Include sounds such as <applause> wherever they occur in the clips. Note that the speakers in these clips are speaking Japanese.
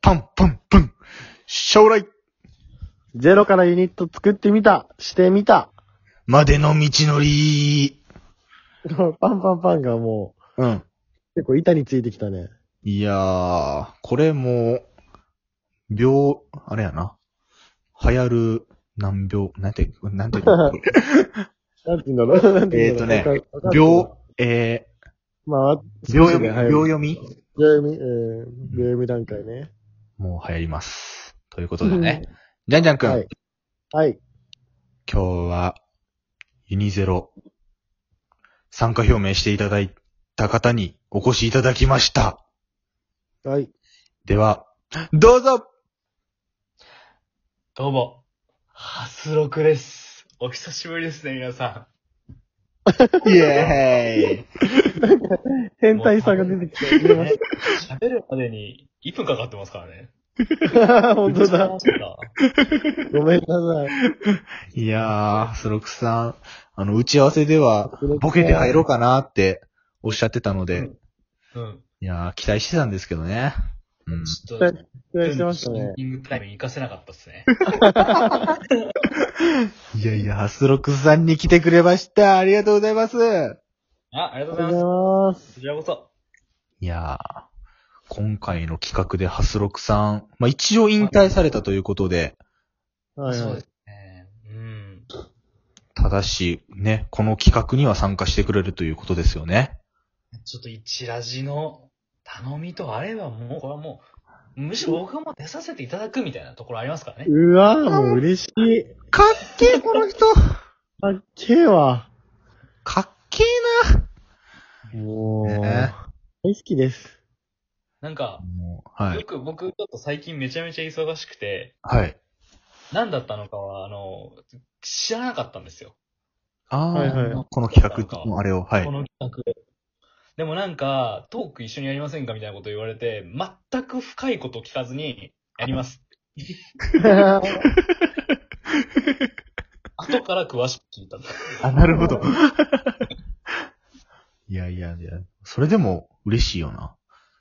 パンパンパン。将来ゼロからユニット作ってみた、してみ <laughs> た。までの道のり。パンパンパンがもう、うん。結構板についてきたね。いやー、これも、病、あれやな。流行る難病、なんて、なんていうのなんて言うんだろう <laughs> なんて言うえんだろうーとねわかわかんない <laughs> 病、えまあ、ー、病読み、はい病読み秒読み、うん、秒読み段階ね。もう流行ります。ということでね。じゃんじゃんくん、はい。はい。今日は、ユニゼロ、参加表明していただいた方にお越しいただきました。はい。では、どうぞどうも、ハスロクです。お久しぶりですね、皆さイエーイ変態さんが出てきてくれん。まねし喋るまでに1分かかってますからね。 <laughs> た。本当だ話。したごめんなさい。いやー、スロクさん、あの、打ち合わせでは、ボケて入ろうかなっておっしゃってたので、うん。いやー、期待してたんですけどね。うん。ちょっと、失礼してましたねシン。キングタイムに行かせなかったですね。いやいや、ハスロクさんに来てくれました。ありがとうございます。あ、あありがりとうがとうございます。ございます。こちらこそ。いやー、今回の企画でハスロクさん、まあ、一応引退されたということで、はいそうはでい。すね。うん。ただし、ね、この企画には参加してくれるということですよね。ちょっと一ラジの頼みとあればもう、これはもう、むしろ僕がもう出させていただくみたいなところありますからね。うわぁ、もう嬉しい。かっけえ、この人かっけえわ。かっけもう、えな大好 <laughs> きです。なんか、もうはよい。く僕ちょっと最近めちゃめちゃ忙しくて、はい。何だったのかは、あの、知らなかったんですよ。あー、はいはいこの企画のあれを、はいこ。の企画。でもなんか、トーク一緒にやりませんかみたいなこと言われて、全く深いこと聞かずに、やり <laughs> ます。後から詳しく聞いた。あ、なるほど。いやいやいや、それでも嬉しいよな。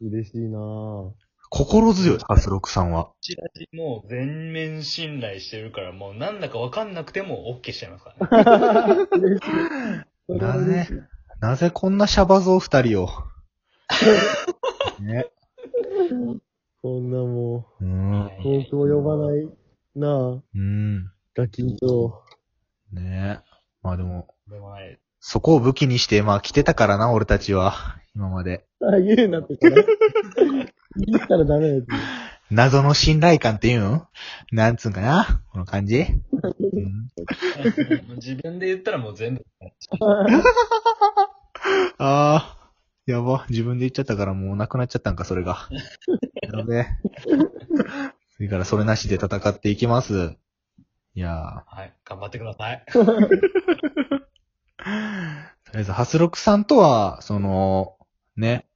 嬉しいなぁ。心強い、ハスロクさんは。チラシもう全面信頼してるから、もうなんだかわかんなくても OK しちゃいますからね。嬉しい。それはな嬉ぜしい、なぜこんなシャバ像二人を。ね。こんなもうーん。う、遠くも呼ばない。いなぁ。うん。ガキンと。ねまあでも、でもない。そこを武器にして、まあ来てたからな、俺たちは。今まで。あ、言うなってから。言ったらダメ <laughs> だよ。謎の信頼感っていうんなんつうんかなこの感じ、うん、自分で言ったらもう全部。ああ、やば。自分で言っちゃったからもうなくなっちゃったんか、それ <laughs> が。やべえ。次からそれなしで戦っていきます。いやはい。頑張ってください。ー、とりあえず、ハスロクさんとは、その、ね、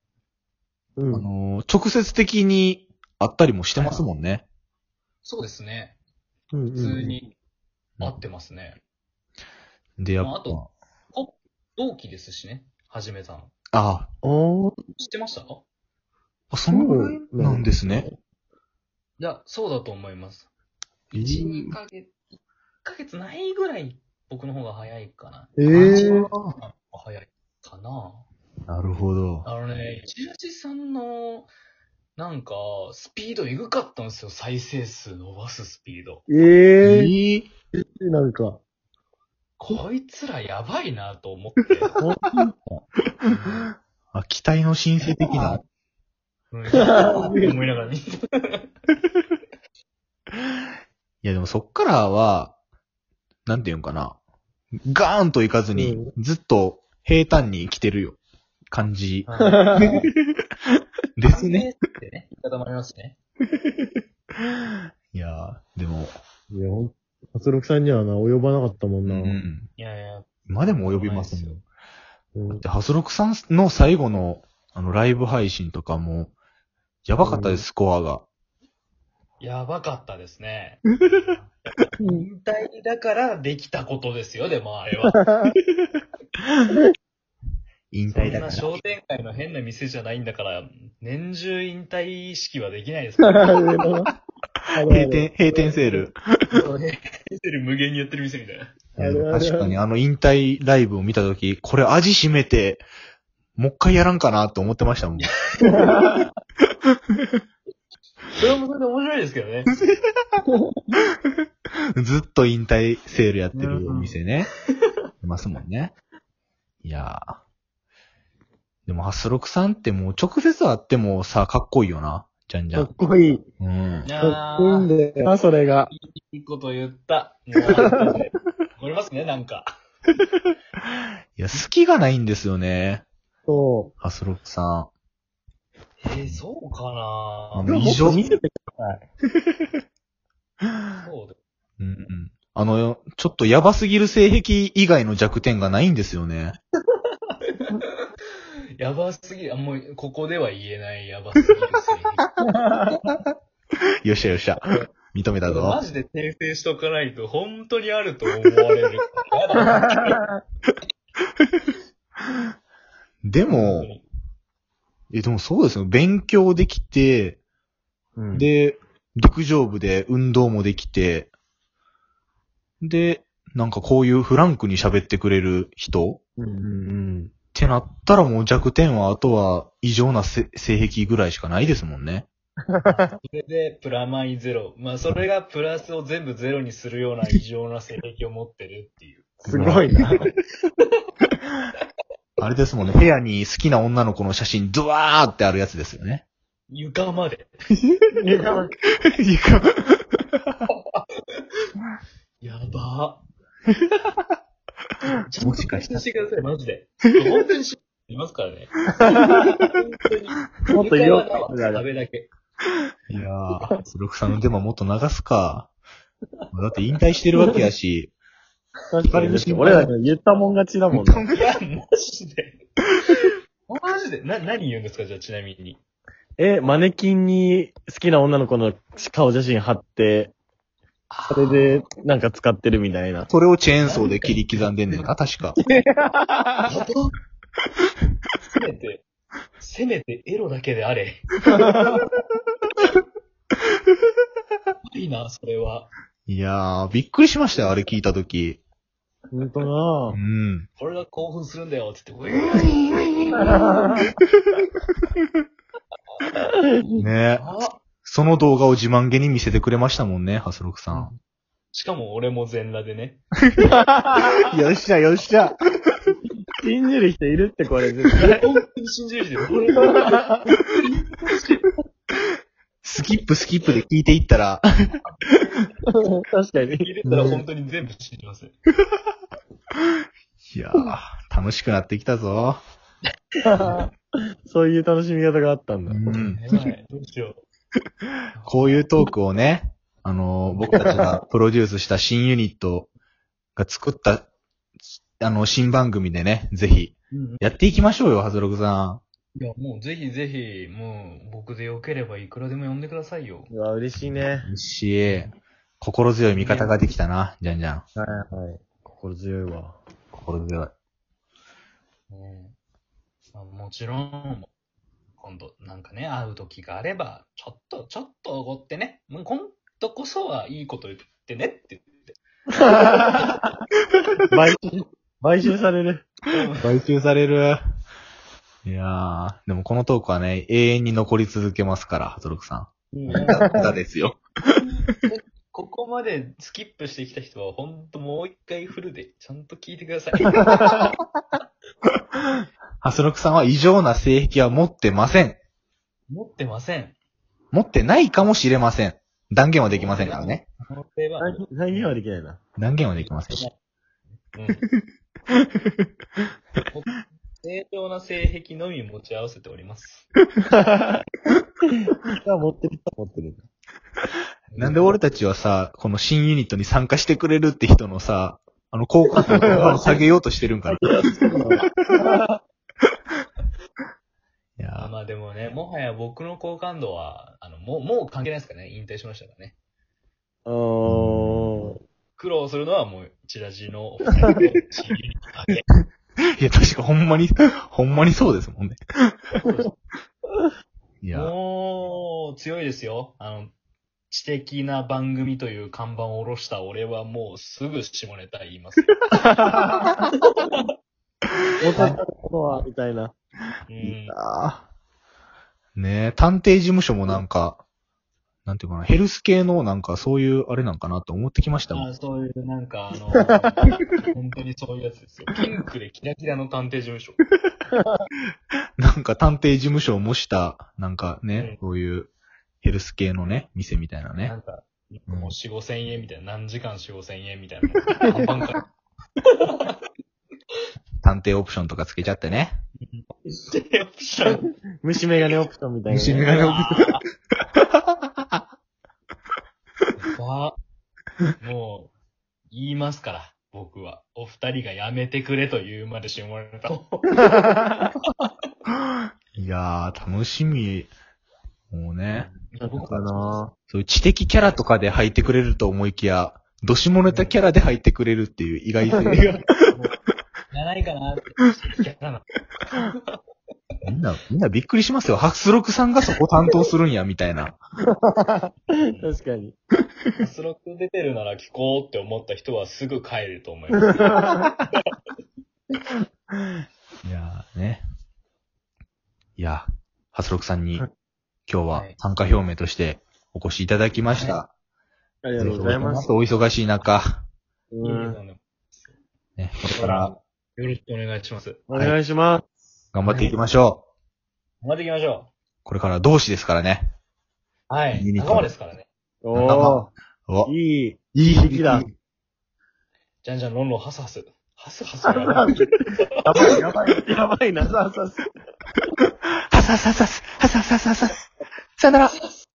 うあん。のー直接的に会ったりもしてますもんね。そうですね。うん普通。に合ってますね。で、やっまああぱ、と同期ですしね。はじめさん。あおー。知ってましたかあ、そのぐらいなんですね。いや、そうだと思います。えー1、2ヶ月、1ヶ月ないぐらい僕の方が早いかな。えー。あ早いかな。なるほど。あのね、千ラジさんの、なんか、スピードエグかったんですよ。再生数伸ばすスピード。えええー、ー、なんか。こいつらやばいなと思って。あ、期待の新生的な。うん思いながら見ていや、でもそっからは、なんていうんかな。ガーンといかずに、ずっと平坦に生きてるよ。感じですね。。ってね、言い方もありますね。いやー、でも、いや、ほん、発力さんにはな、及ばなかったもんうな。ん。いやいや、今でも及びますもん。うんで、ハスロクさんの最後の、あの、ライブ配信とかも、やばかったです、スコアが。やばかったですね。引退だからできたことですよ、でもあれは。引そ退んだかなら。商店街の変な店じゃないんだから、年中引退式はできないです <laughs> から。閉閉店、閉店セール。無限にやってる店みたいな。いやあるある確かにあの引退ライブを見たとき、これ味しめて、もう一回やらんかなと思ってましたもん。それもそれで面白いですけど <laughs> ね。ずっと引退セールやってるお店ね。いますもんね。いやー。でも、ハスロクさんってもう直接会ってもさ、かっこいいよな。じゃんじゃかっん。こいい。うん。かっこいいんだよな、それが。いいこと言った。もうあれですね、思りますね、なんか。いや、隙がないんですよね。そハスロクさえー、そうかあう。のな異常もっと見せてください。そうでん。うんうん。あの、ちょっとやばすぎる性癖以外の弱点がないんですよね。やばすぎる。あ、もう、ここでは言えないやばすぎ <laughs> る性癖。よっしゃよっしゃ。認め <laughs> たぞマ。ジで訂正しとかないと、本当にあると思われる。やだでも、え、でもそうですよ。勉強できて、うん、で、陸上部で運動もできて、で、なんかこういうフランクに喋ってくれる人っうんうんてなったらもう弱点はあとは異常なせ性癖ぐらいしかないですもんね。それで、プラマイゼロ。まあ、それがプラスを全部ゼロにするような異常な性癖を持ってるっていう。すごい <laughs> な。あれですもんね。部屋に好きな女の子の写真ドワーってあるやつですよね。床まで。いいかや <laughs> ば。ちゃんともしかしたら訂正してください、マジ <laughs> で。本当にし、いますからね。本当に。もっと言おうか床はない壁だけ。いやー、スロクさんのデマもっと流すか。だって引退してるわけやし。確かに。俺らが言ったもん勝ちだもんね。いや、マジで。マジで。な、何言うんですか、じゃあ、ちなみに。え、マネキンに好きな女の子の顔写真貼って、それでなんか使ってるみたいな。それをチェーンソーで切り刻んでんねんな、確か。やばせめて、せめてエロだけであれ。いいな、それは。いやー、びっくりしましたよ、あれ聞いたとき。ほんとなうぁ。ん。これが興奮するんだよ、つって。 <laughs> ウィーンウィーンウィーン <laughs> ねあその動画を自慢げに見せてくれましたもんね、ハスロクさん。しかも俺も全裸でね。よっしゃ、よっしゃ。信じる人いるってこれ絶対。本当に信じる人いる俺もスキップスキップで聞いていったら、確かに。入れたら本当に全部信じます。 <laughs> いやー、楽しくなってきたぞ。そういう楽しみ方があったんうだ。ん。やばい、どうしよこういうトークをね、あのー僕たち <laughs> がプロデュースした新ユニットが作った、あの、新番組でね、ぜひ、う。うんやっていきましょうよ、ハスロクさいや、もうぜひぜひ、もう僕でよければいくらでも呼んでくださいよ。うわ、嬉しいね。ん。よし、心強い味方ができたな、じゃんじゃん。はいはい。心強いわ。心強い。ねまあ、もちろん、今度なんかね、会う時があれば、ちょっと、ちょっとおごってね、もう今度こそはいいこと言ってねって買収、買収される。言って。買収される。いやー、でもこのトークはね、永遠に残り続けますから、ハトロクさうんん。だですよ。 <laughs> ここまでスキップしてきた人は、ほんともう一回フルで、ちゃんと聞いてください。 <laughs> ハスロクさんは異常な性癖は持ってません。持ってません。持ってないかもしれません。断言はできませんからね。これは、最近最近はできないな。断言はできません。うん。 <laughs> 正常な性癖のみ持ち合わせております。が持ってる人は持ってる。なんで俺たちはさ、この新ユニットに参加してくれるって人のさ、あの、好感度を下げようとしてるんかな。いあやーまあでもね、もはや僕の好感度は、あの、もう、もう関係ないですかね。引退しましたからね。うーん。苦労するのはもう、チラジのお二人と、チームだけいや、確かほんまに、ほんまにそうですもんね。いや、もう、強いですよ。あの、知的な番組という看板を下ろした俺はもうすぐ下ネタ言いますよ。大阪のことは、みたいな。う <laughs> いんや。ねえ、探偵事務所もなんか、なんていうかな、ヘルス系のなんかそういうあれなんかなと思ってきましたもん。あそういう、なん <laughs> か、あの、本当にそういうやつですよ。ピンクでキラキラの探偵事務所。なんか探偵事務所を模した、なんかね、うそういうヘルス系のね、店みたいななね。んか、うんもう4、5千円みたいな、何時間4、5千円みたいな。看板 <laughs> から。探偵オプションとかつけちゃってね。でオプション虫眼鏡オプションみたいなね。虫眼鏡オプションは、もう、言いますから、僕は。お二人がやめてくれと言うまで下ネタを。いやー、楽しみ。もうね。いや僕かなそういう知的キャラとかで入ってくれると思いきや、どしもネタキャラで入ってくれるっていう意外性が。じゃないかなって。いやなみんな、みんなびっくりしますよ。ハスロクさんがそこ担当するんや、みたいな。確か <laughs> に。スロック出てるなら聞こうって思った人はすぐ帰ると思います。いやーね。いや、ハスロクさんに、は今日ははい参加表明としてお越しいただきました。ありあがとうございます。。お忙しい中、いいうんのねね、これだか、かららよろしくお願いします。お願いします。頑張っていきましょう。頑張っていきましょこれから同志ですからね。う。はいいい。ね仲間ですからね。おおー、いい。いい響きだ <laughs> じゃんじゃん、ロンロン、ハスハス。ハスハスやばい。やばい、やばい、やばいな、さあさあさあハサハサハサハサハサハサさよなら